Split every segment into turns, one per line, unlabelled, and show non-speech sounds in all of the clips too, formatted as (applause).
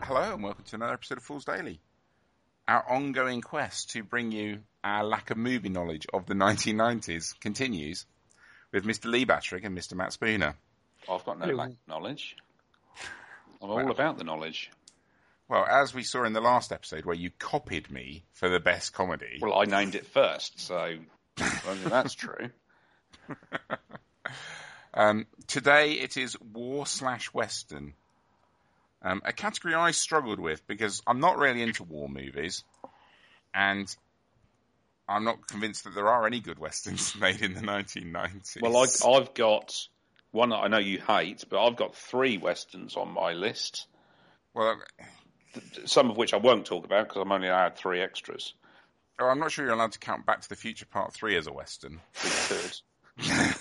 Hello, and welcome to another episode of Fools Daily. Our ongoing quest to bring you our lack of movie knowledge of the 1990s continues with Mr. Lee Battrick and Mr. Matt Spooner.
I've got no lack of knowledge. I'm all about the knowledge.
Well, as we saw in the last episode where you copied me for the best comedy,
Well, I named it first, so I mean, that's (laughs) true.
um, today it is war slash western. Um, a category I struggled with because I'm not really into war movies, and I'm not convinced that there are any good westerns (laughs) made in the 1990s.
Well, I, I've got one that I know you hate, but I've got three westerns on my list,
well,
some of which I won't talk about because I'm only allowed three extras.
Oh, I'm not sure you're allowed to count Back to the Future Part 3 as a Western.
We (laughs) could.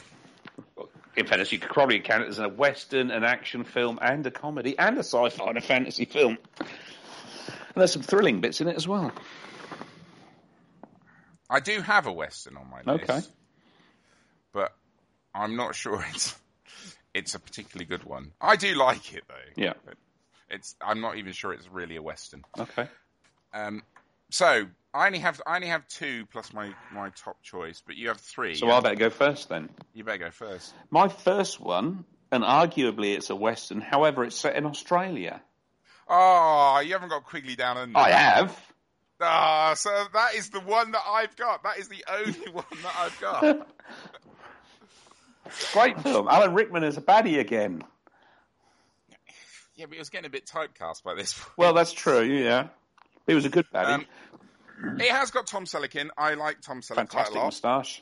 In fairness, you could probably count it as a western, an action film, and a comedy, and a sci-fi and a fantasy film. And there's some thrilling bits in it as well.
I do have a Western on my list.
Okay.
But I'm not sure (laughs) it's it's a particularly good one. I do like it, though.
Yeah.
It's I'm not even sure it's really a Western.
Okay.
Um, so, I only have I only have two plus my, my top choice, but you have three.
So
You
I
have-
better go first then.
You better go first.
My first one, and arguably it's a Western, however, it's set in Australia.
Oh, you haven't got Quigley Down Under.
I have.
Ah, so that is the one that I've got. That is the only (laughs) one that I've
(laughs)
got.
Great film. Alan Rickman is a baddie again.
yeah, but it was getting a bit typecast by this point.
Well, that's true, yeah. He was a good baddie.
Um, It has got Tom Selleck in. I like Tom Selleck
Fantastic
quite a lot.
moustache.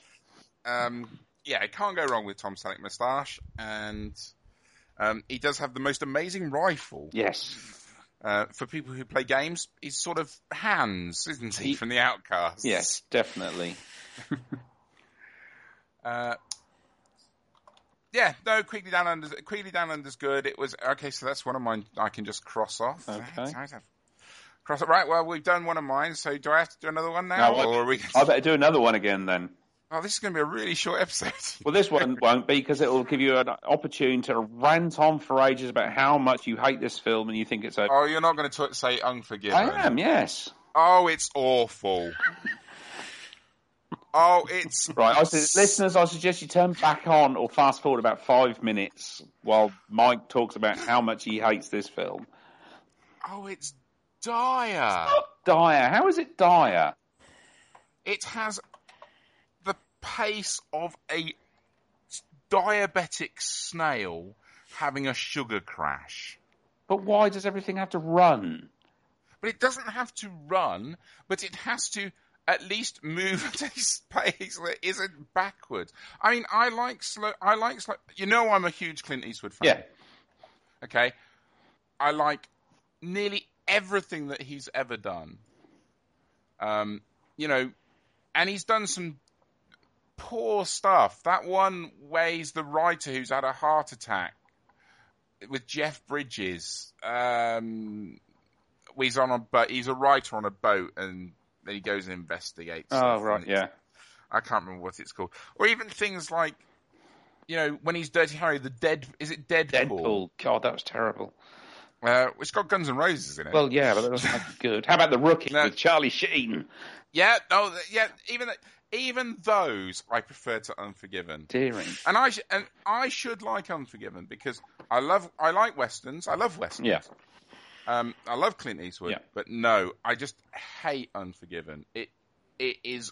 Um, yeah, it can't go wrong with Tom Selleck moustache, and um, he does have the most amazing rifle.
Yes.
Uh, for people who play games, he's sort of hands, isn't he,
He-
from the Outcasts?
Yes, definitely.
Uh, yeah, no, Quigley Down Under. Quigley Down Under's good. It was okay. So that's one of mine. I can just cross off.
Okay.
Cross it right. Well, we've done one of mine. So do I have to do another one now,
No, I-
or are we?
I better do another one again then.
Oh, this is going to be a really short episode. (laughs)
Well, this one (laughs) won't be because it will give you an opportunity to rant on for ages about how much you hate this film and you think it's a.
Oh, you're not going to t- say Unforgiven.
I am, yes.
Oh, it's awful. oh, it's
Right, I su- listeners, I suggest you turn back on or fast forward about five minutes while Mike talks about how much he hates this film.
oh, it's dire.
Dire, how is it dire?
It has the pace of a diabetic snail having a sugar crash.
But why does everything have to run?
But it doesn't have to run, but it has to at least move at a s- pace that isn't backwards. I mean, I like slow. I like slow. You know, I'm a huge Clint Eastwood fan.
Yeah,
Okay. I like nearly everything that he's ever done. Um, you know, and he's done some poor stuff. That one where he's the writer who's had a heart attack with Jeff Bridges. Um, he's on a boat. He's a writer on a boat, and then he goes and investigates.
oh,
stuff,
right,
and
yeah.
I can't remember what it's called. Or even things like, you know, when he's Dirty Harry, the dead is it
Deadpool, God, that was terrible.
uh, it's got Guns N' Roses in it.
Well, yeah, but that was not good. How about The Rookie
No.
with Charlie Sheen?
yeah, no, th- yeah. Even even those, I prefer to Unforgiven,
Deering.
and I sh- and I should like Unforgiven because I love I like westerns. I love westerns.
Yeah.
Um, I love Clint Eastwood,
Yeah.
but no, I just hate Unforgiven. It it is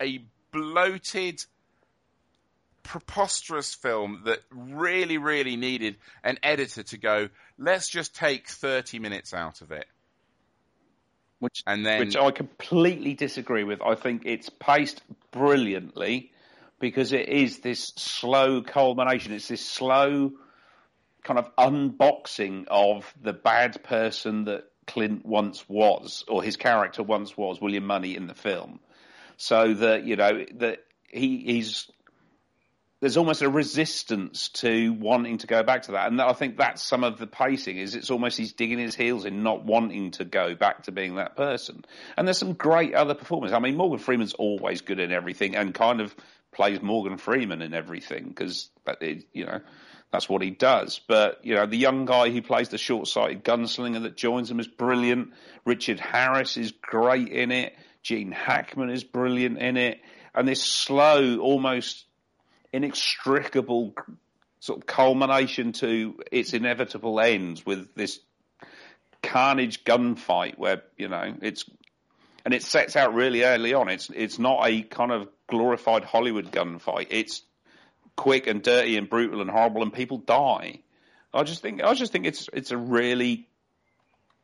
a bloated, preposterous film that really, really needed an editor to go. Let's just take thirty minutes out of it,
Which,
and then
which I completely disagree with. I think it's paced brilliantly because it is this slow culmination. It's this slow kind of unboxing of the bad person that Clint once was, or his character once was, William Money in the film. So that you know that he, he's there's almost a resistance to wanting to go back to that, and I think that's some of the pacing. Is it's almost he's digging his heels in, not wanting to go back to being that person. And there's some great other performers. I mean, Morgan Freeman's always good in everything, and kind of plays Morgan Freeman in everything because that is, you know that's what he does. But you know the young guy who plays the short-sighted gunslinger that joins him is brilliant. Richard Harris is great in it. Gene Hackman is brilliant in it. And this slow, almost inextricable sort of culmination to its inevitable ends with this carnage gunfight where you know it's and it sets out really early on. It's it's not a kind of glorified Hollywood gunfight. It's quick and dirty and brutal and horrible, and people die. I just think I just think it's it's a really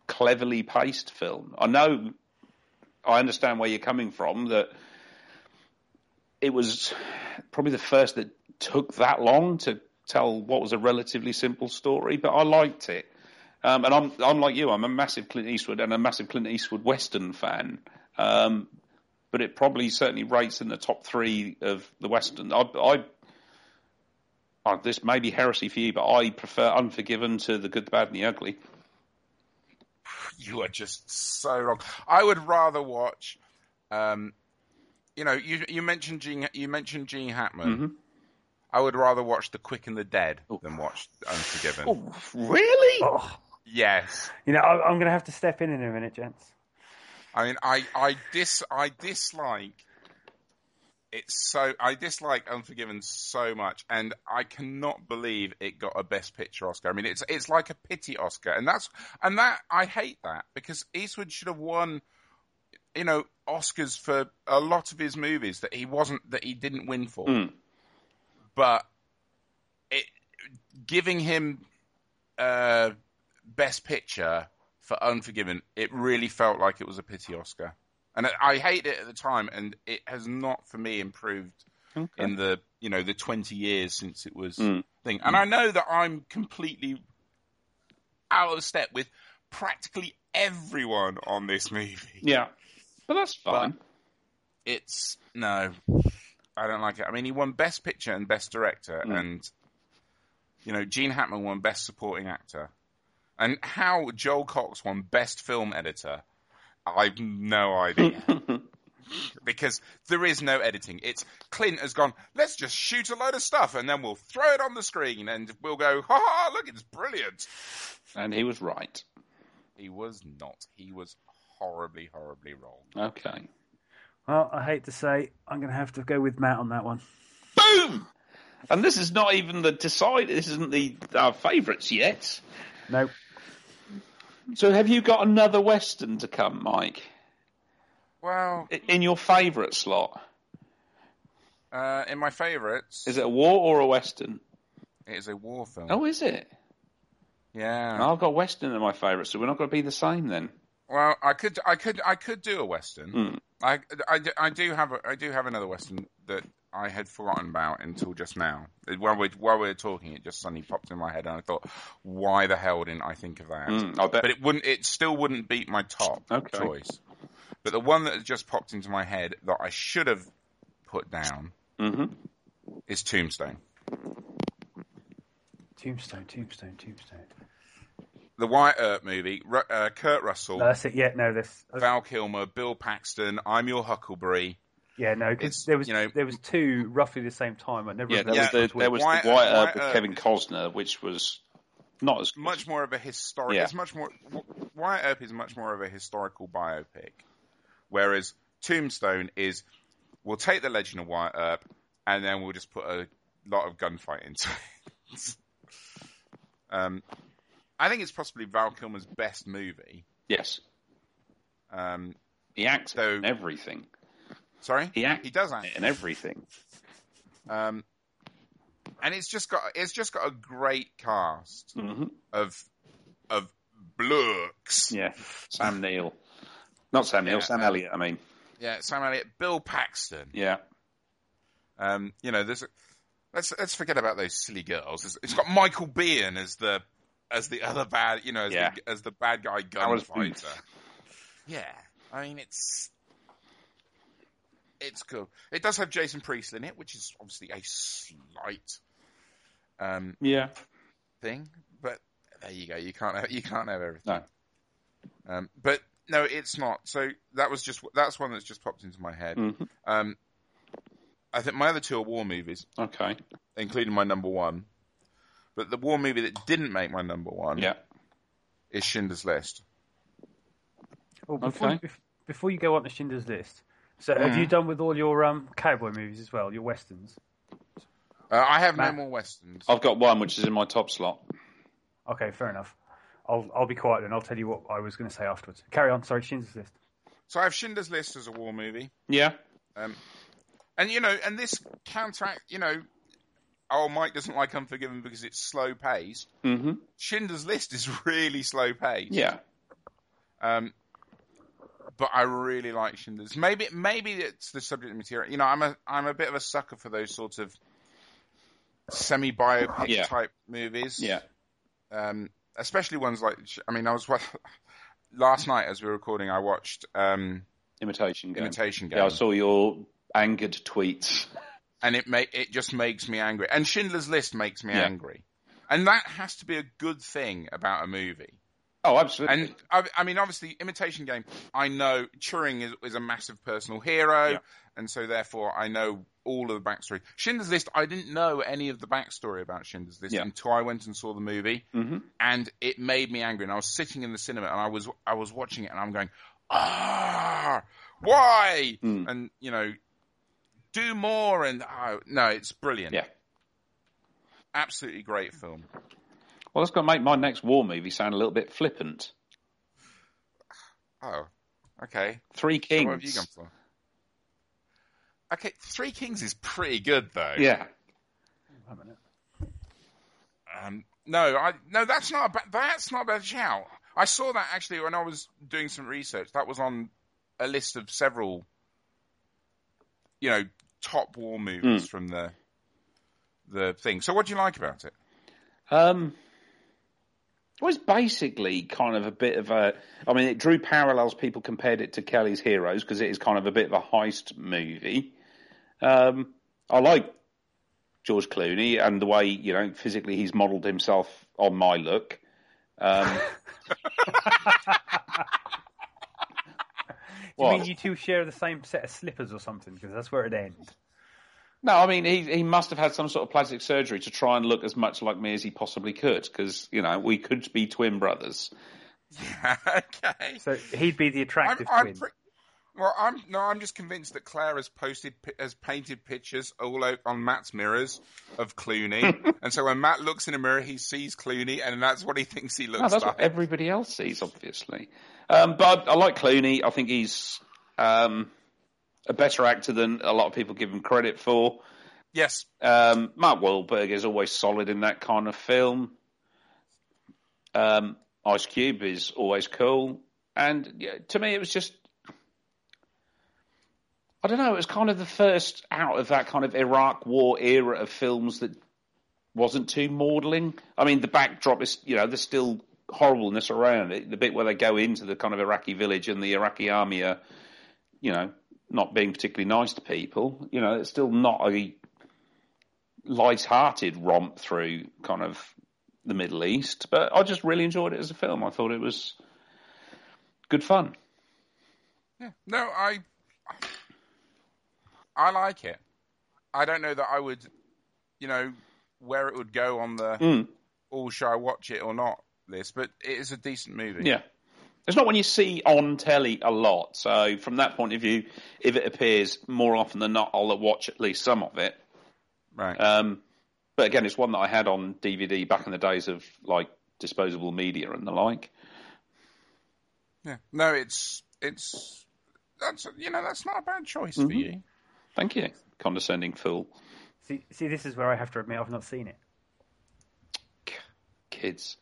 cleverly paced film. I know I understand where you're coming from that it was probably the first that took that long to tell what was a relatively simple story, but I liked it. Um, and I'm I'm like you. I'm a massive Clint Eastwood and a massive Clint Eastwood Western fan. Um, but it probably certainly rates in the top three of the Western. I, I oh, this may be heresy for you, but I prefer Unforgiven to The Good, the Bad, and the Ugly.
You are just so wrong. I would rather watch. Um, you know, you you mentioned Gene, you mentioned Gene Hackman.
Mhm.
I would rather watch The Quick and the Dead
Oh.
than watch Unforgiven.
Oh, really?
Oh,
Yes.
you know, I, I'm going to have to step in in a minute, gents.
I mean, I I dis I dislike it's so I dislike Unforgiven so much, and I cannot believe it got a Best Picture Oscar. I mean, it's it's like a pity Oscar, and that's and that I hate that because Eastwood should have won, you know, Oscars for a lot of his movies that he wasn't that he didn't win for,
Hmm.
but it giving him uh, Best Picture for Unforgiven, it really felt like it was a pity Oscar. And I- I hated it at the time, and it has not for me improved
Okay.
in the you know the twenty years since it was
Mm.
thing. And I know that I'm completely out of step with practically everyone on this movie.
Yeah, but that's fine.
It's no, I don't like it. I mean, he won Best Picture and Best Director,
Mm.
and you know Gene Hackman won Best Supporting Actor, and how Joel Cox won Best Film Editor. I've no idea
(laughs)
because there is no editing. It's Clint has gone. Let's just shoot a load of stuff and then we'll throw it on the screen and we'll go. Ha ha! Look, it's brilliant.
and he was right.
He was not. He was horribly, horribly wrong.
Okay.
Well, I hate to say, I'm going to have to go with Matt on that one.
Boom. And this is not even the decide. This isn't the our favourites yet.
No,
So have you got another western to come, Mike,
Well,
I- in your favourite slot?
uh, in my favourites,
Is it a war or a western?
it is a war film.
Oh, is it?
Yeah.
I've got western in my favourite, so we're not going to be the same then.
Well, I could, I could, I could do a western.
Mm.
I, I, I do have, a, I do have another western that I had forgotten about until just now. While we, while we were talking, it just suddenly popped in my head, and I thought, why the hell didn't I think of that?
Mm, I bet.
But it wouldn't, it still wouldn't beat my top
Okay.
choice. But the one that just popped into my head that I should have put down
hmm
is Tombstone.
Tombstone, Tombstone, Tombstone.
The Wyatt Earp movie, Ru- uh, Kurt Russell,
No, that's it. Yeah, no, this.
Val Kilmer, Bill Paxton, I'm Your Huckleberry.
Yeah, no,
It's,
because there was
you know-
there was two roughly the same time. I never.
Yeah, there was
remember which
the
one
there was
Wyatt-
the Wyatt Earp
Wyatt
with
Earp.
Kevin Costner, which was not as good.
uh, much more of a historic.
Yeah.
It's much more. W- Wyatt Earp is much more of a historical biopic, whereas Tombstone is we'll take the legend of Wyatt Earp and then we'll just put a lot of gunfight into it. (laughs) um, I think it's possibly Val Kilmer's best movie.
Yes,
Um,
he acts
So-
in everything.
sorry,
He acts
he does act.
in everything.
Um, and it's just got it's just got a great cast
hmm
of of blokes.
Yeah,
(laughs)
Sam Neill, not Sam Neill,
Yeah,
Sam
um,
Elliott. I mean,
yeah, Sam Elliott, Bill Paxton.
yeah,
Um, you know, there's let's let's forget about those silly girls. It's, it's got Michael Biehn as the as the other bad, you know, as,
Yeah.
the, as the bad guy
was
gunfighter.
Booth.
Yeah, I mean it's it's cool. It does have Jason Priestley in it, which is obviously a slight um,
yeah.
thing, but there you go. You can't have, you can't have everything.
No.
Um, but no,
Hmm. Mm-hmm.
it's not. So that was just that's one that's just popped into my head.
Mhm.
Um, I think my other two are war movies,
Okay.
including my number one. But the war movie that didn't make my number one
Yeah.
is Schindler's List.
Oh, before,
Okay.
bef- before you go on to Schindler's List, so have
Mm.
you done with all your um, cowboy movies as well, your westerns?
Uh, I have no
Matt.
more westerns.
I've got one which is in my top slot.
Okay, fair enough. I'll I'll be quiet and I'll tell you what I was going to say afterwards. Carry on. Sorry, Schindler's List.
So I have Schindler's List as a war movie.
Yeah.
Um, and you know, and this counteract, you know, oh, Mike doesn't like Unforgiven because it's slow paced.
Mm-hmm.
Schindler's List is (laughs) really slow paced.
Yeah.
Um, but I really like Schindler's. Maybe maybe it's the subject material. You know, I'm a I'm a bit of a sucker for those sorts of semi biopic
Yeah.
type movies.
Yeah.
Um, especially ones like I mean, I was (laughs) wa- last night as we were recording, I watched um,
Imitation game.
Imitation Game,
Yeah, I saw your angered tweets.
and it ma- it just makes me angry. And Schindler's List makes me
Yeah.
angry, and that has to be a good thing about a movie.
Oh, absolutely.
And I, I mean, obviously, Imitation Game. I know Turing is, is a massive personal hero,
Yeah.
and so therefore I know all of the backstory. Schindler's List. I didn't know any of the backstory about Schindler's List
Yeah.
until I went and saw the movie,
Mhm.
and it made me angry. And I was sitting in the cinema, and I was I was watching it, and I'm going, ah, why?
Mm.
And you know, do more. And oh, no, it's brilliant.
Yeah.
Absolutely great film.
Well, that's going to make my next war movie sound a little bit flippant.
Oh, okay.
Three
So
Kings.
What have you gone for? Okay, Three Kings is pretty good though.
Yeah.
Wait a minute.
Um, no, I no, that's not a ba- that's not a bad shout. I saw that actually when I was doing some research. That was on a list of several, you know, top war
Hmm.
movies from the the thing. So, what do you like about it?
(laughs) Um, it was basically kind of a bit of a. I mean, it drew parallels. People compared it to Kelly's Heroes because it is kind of a bit of a heist movie. Um, I like George Clooney and the way you know physically he's modelled himself on my look. Um,
Do you
What?
mean you two share the same set of slippers or something? Because that's where it ends.
no, I mean he he must have had some sort of plastic surgery to try and look as much like me as he possibly could because you know we could be twin brothers.
okay.
So he'd be the
I'm,
attractive
I'm
twin.
pre- well, I'm no, I'm just convinced that Claire has posted pi- has painted pictures all over on Matt's mirrors of
(laughs)
Clooney, and so when Matt looks in a mirror, he sees Clooney, and that's what he thinks he
No,
looks
Oh, that's
like.
what everybody else sees, obviously. Um, but I like Clooney. I think he's um, a better actor than a lot of people give him credit for.
Yes,
Um, Mark Wahlberg is always solid in that kind of film. Um, Ice Cube is always cool, and yeah, to me, it was just. I don't know. It was kind of the first out of that kind of Iraq War era of films that wasn't too maudling. I mean, the backdrop is, you know, there's still horribleness around it. The bit where they go into the kind of Iraqi village and the Iraqi army are, you know, not being particularly nice to people. You know, it's still not a light-hearted romp through kind of the Middle East, but I just really enjoyed it as a film. I thought it was good fun.
yeah. no, I, I like it. I don't know that I would, you know, where it would go on the
Mm.
"oh, shall I watch it or not" list, but it is a decent movie.
Yeah. It's not one you see on telly a lot, so from that point of view, if it appears more often than not, I'll watch at least some of it.
right.
Um, but again, it's one that I had on DVD back in the days of like disposable media and the like.
yeah, no, it's it's that's you know that's not a bad choice for you.
Thank you, condescending fool.
See, see, this is where I have to admit I've not seen it.
Kids.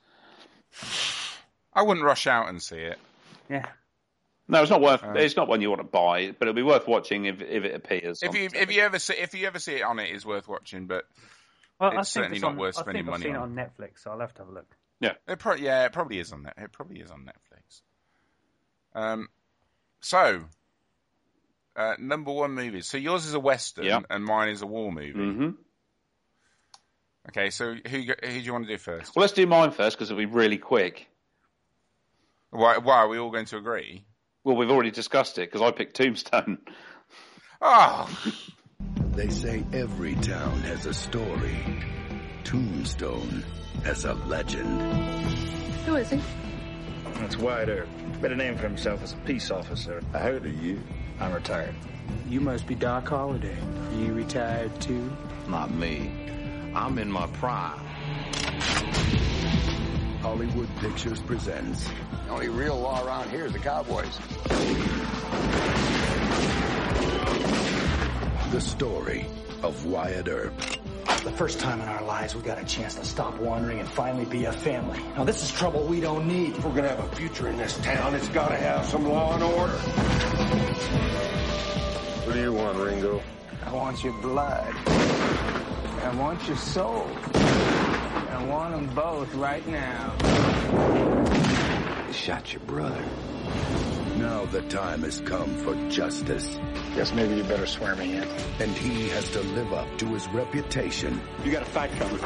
I wouldn't rush out and see it.
Yeah.
No, it's not worth.
Uh.
it's not one you want to buy, but it'll be worth watching if if it appears.
If
on
you
telly.
if you ever see if you ever see it on it, it's worth watching. But
Well,
It's
I think
certainly
it's
not
on,
worth
I
spending
think
money
I've seen
on.
it on Netflix, so I'll have to have a look.
it pro- yeah, it probably is on that. It probably is on Netflix. Um, so uh, number one movies. So yours is a western,
Yeah.
and mine is a war movie.
Mhm.
Okay, so who go- who do you want to do first?
Well, let's do mine first because it'll be really quick.
Why why are we all going to agree?
Well, we've already discussed it because I picked Tombstone.
Oh,
They say every town has a story. Tombstone has a legend.
Who is he?
That's Wider. Made a name for himself as a peace officer.
I heard of you.
I'm retired.
You must be Doc Holliday. You retired too?
Not me. I'm in my prime.
Hollywood Pictures presents
The only real law around here is the Cowboys.
the story of Wyatt Earp.
The first time in our lives we got a chance to stop wandering and finally be a family. Now this is trouble we don't need.
If we're gonna have a future in this town, it's gotta have some law and order.
What do you want, Ringo?
I want your blood. I want your soul. I want them both right now.
Shot your brother.
Now the time has come for justice,
Guess maybe you better swear me in.
and he has to live up to his reputation
You got a fight coming.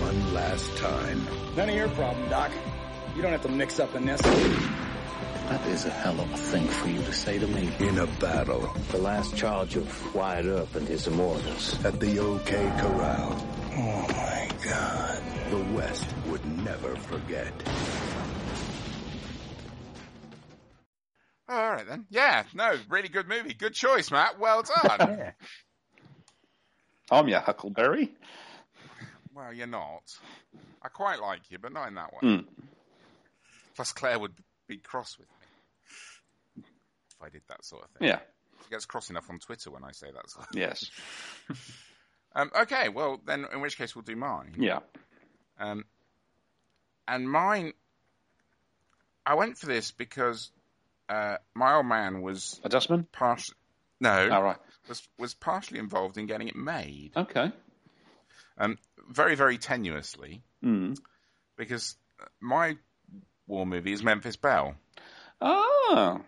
one last time.
None of your problem, Doc. You don't have to mix up in this.
That is a hell of a thing for you to say to me.
In a battle
The last charge of Wyatt Earp and his immortals.
at the OK Corral. Oh my God. The West would never forget.
All right then. Yeah, no, really good movie. Good choice, Matt. Well done.
Yeah.
(laughs) I'm your Huckleberry.
well, you're not. I quite like you, but not in that way.
Mm.
Plus, Claire would be cross with me if I did that sort of thing.
Yeah.
She gets cross enough on Twitter when I say that (laughs) sort of
Yes.
Um, okay, well then, in which case we'll do mine.
Yeah.
Um, and mine, I went for this because uh, my old man was
A dustman.
partially no
All right.
was was partially involved in getting it made,
Okay.
um, very very tenuously
Mm.
because uh, my war movie is Memphis Belle.
Ah.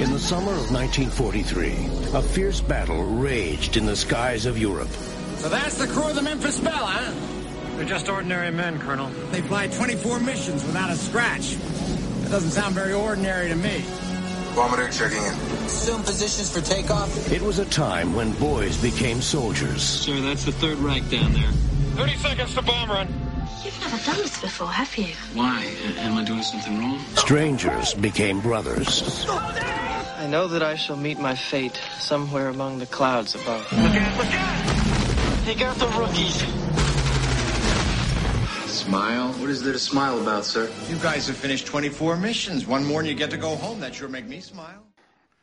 In the summer of 1943, a fierce battle raged in the skies of Europe.
So that's the crew of the Memphis Belle, huh?
They're just ordinary men, Colonel.
They fly 24 missions without a scratch. That doesn't sound very ordinary to me.
Bombardier checking in.
Assume positions for takeoff.
It was a time when boys became soldiers.
Sir, that's the Third Reich down there.
30 seconds to bomb run.
You've never done this before, have you?
Why? A- Am I doing something wrong?
Strangers became brothers.
I know that I shall meet my fate somewhere among the clouds above. Take out the rookies.
Smile? What is there to smile about, sir?
You guys have finished 24 missions. One more and you get to go home. That sure make me smile.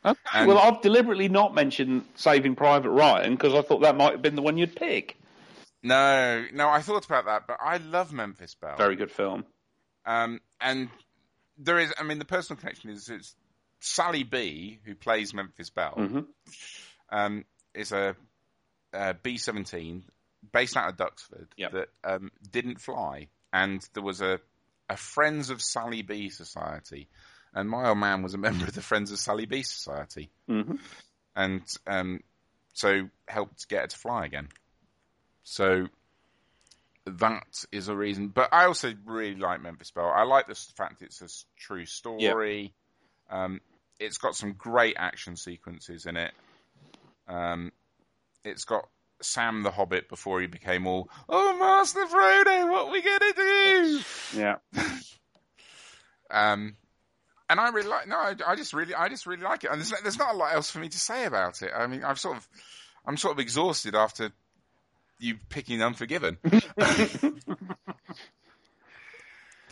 Okay.
And-
Oh, well, I've deliberately not mentioned Saving Private Ryan because I thought that might have been the one you'd pick.
No, no, I thought about that, but I love Memphis Belle.
Very good film.
Um, and there is, I mean, the personal connection is it's Sally B, who plays Memphis Belle,
Mhm.
um, is a B seventeen based out of Duxford
Yeah.
that um, didn't fly, and there was a a Friends of Sally B society, and my old man was a (laughs) member of the Friends of Sally B society,
Mhm.
and um, so helped get her to fly again. So that is a reason. But I also really like Memphis Belle. I like the s- fact it's a s- true story. Um, it's got some great action sequences in it. Um, it's got Sam the Hobbit before he became all, oh, Master Frodo, what we gonna do?
Yeah.
(laughs) Um, and I really like. No, I, I just really, I just really like it. And there's, there's not a lot else for me to say about it. I mean, I've sort of, I'm sort of exhausted after you picking Unforgiven.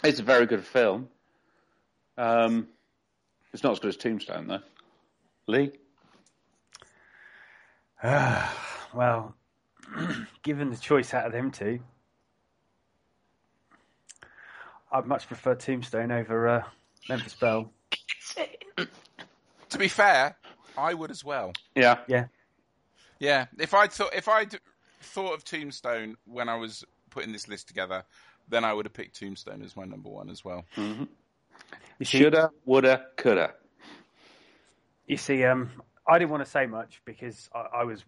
It's a very good film. Um, it's not as good as Tombstone, though. Lee?
Well, (clears throat) given the choice out of them two, I'd much prefer Tombstone over uh, Memphis Belle.
to be fair, I would as well.
Yeah.
Yeah.
Yeah, if I thought if I thought of Tombstone when I was putting this list together, then I would have picked Tombstone as my number one as well.
Shoulda, woulda, coulda.
You see, um, I didn't want to say much because I, I was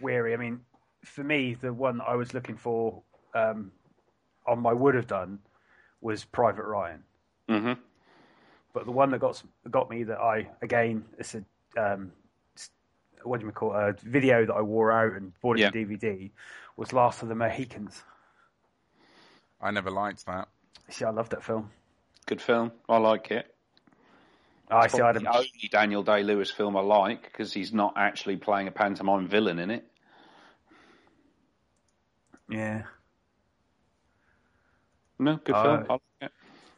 weary. I mean, for me, the one that I was looking for um, on my would have done was Private Ryan.
hmm
But the one that got got me that I again it's a um, s- what do you call it? a video that I wore out and bought it
Yeah.
on DVD was Last of the Mohicans.
I never liked that.
See, I loved that film.
Good film. I like it.
I
It's
see. I
probably
had
the
a-
only Daniel Day Lewis film I like because he's not actually playing a pantomime villain in it.
yeah.
No, good
Uh,
film. I like it.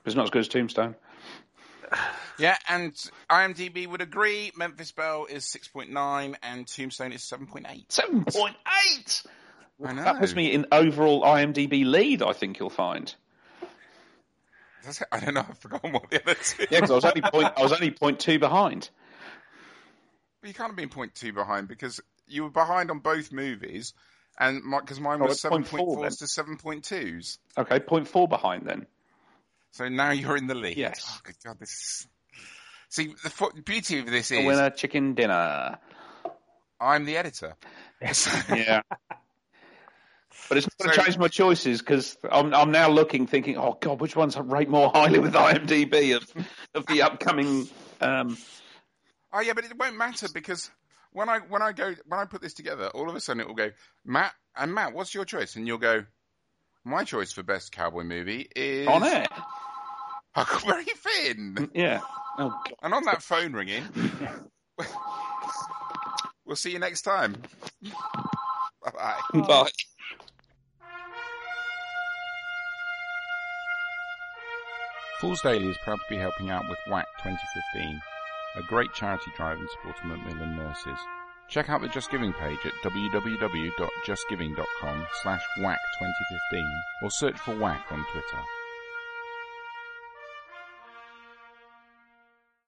It's not as good as Tombstone.
Yeah, and IMDb would agree. Memphis Belle is 6.9 and Tombstone is 7.8.
7.8!
I know.
That puts me in overall IMDb lead, I think you'll find.
That's it. I don't know. I've forgotten what the other two.
Yeah, because I was (laughs) only point, I was only point two behind.
you can't have been point two behind because you were behind on both movies, and because mine
Oh,
was
it's
seven
point four,
point fours
then.
to seven point twos.
Okay, point four behind then.
So now you're in the lead.
Yes.
Oh, good God, this. Is... See, the fo- beauty of this
A
is
winner, chicken dinner.
I'm the editor.
Yeah. (laughs) But it's not going to
So-
change my choices because I'm, I'm now looking, thinking, oh God, which ones I rate more highly with IMDb of, of the upcoming. Um,
(laughs) Oh yeah, but it won't matter because when I when I go when I put this together, all of a sudden it will go Matt and Matt. What's your choice? And you'll go. My choice for best cowboy movie is
on air.
Huckleberry
(laughs)
Finn.
Yeah. Oh God.
And on that phone ringing, (laughs) we'll see you next time. Bye bye.
But
Fools Daily is proud to be helping out with WAC 2015, a great charity drive in support of Macmillan nurses. Check out the Just Giving page at www.justgiving.com slash WAC 2015 or search for WAC on Twitter.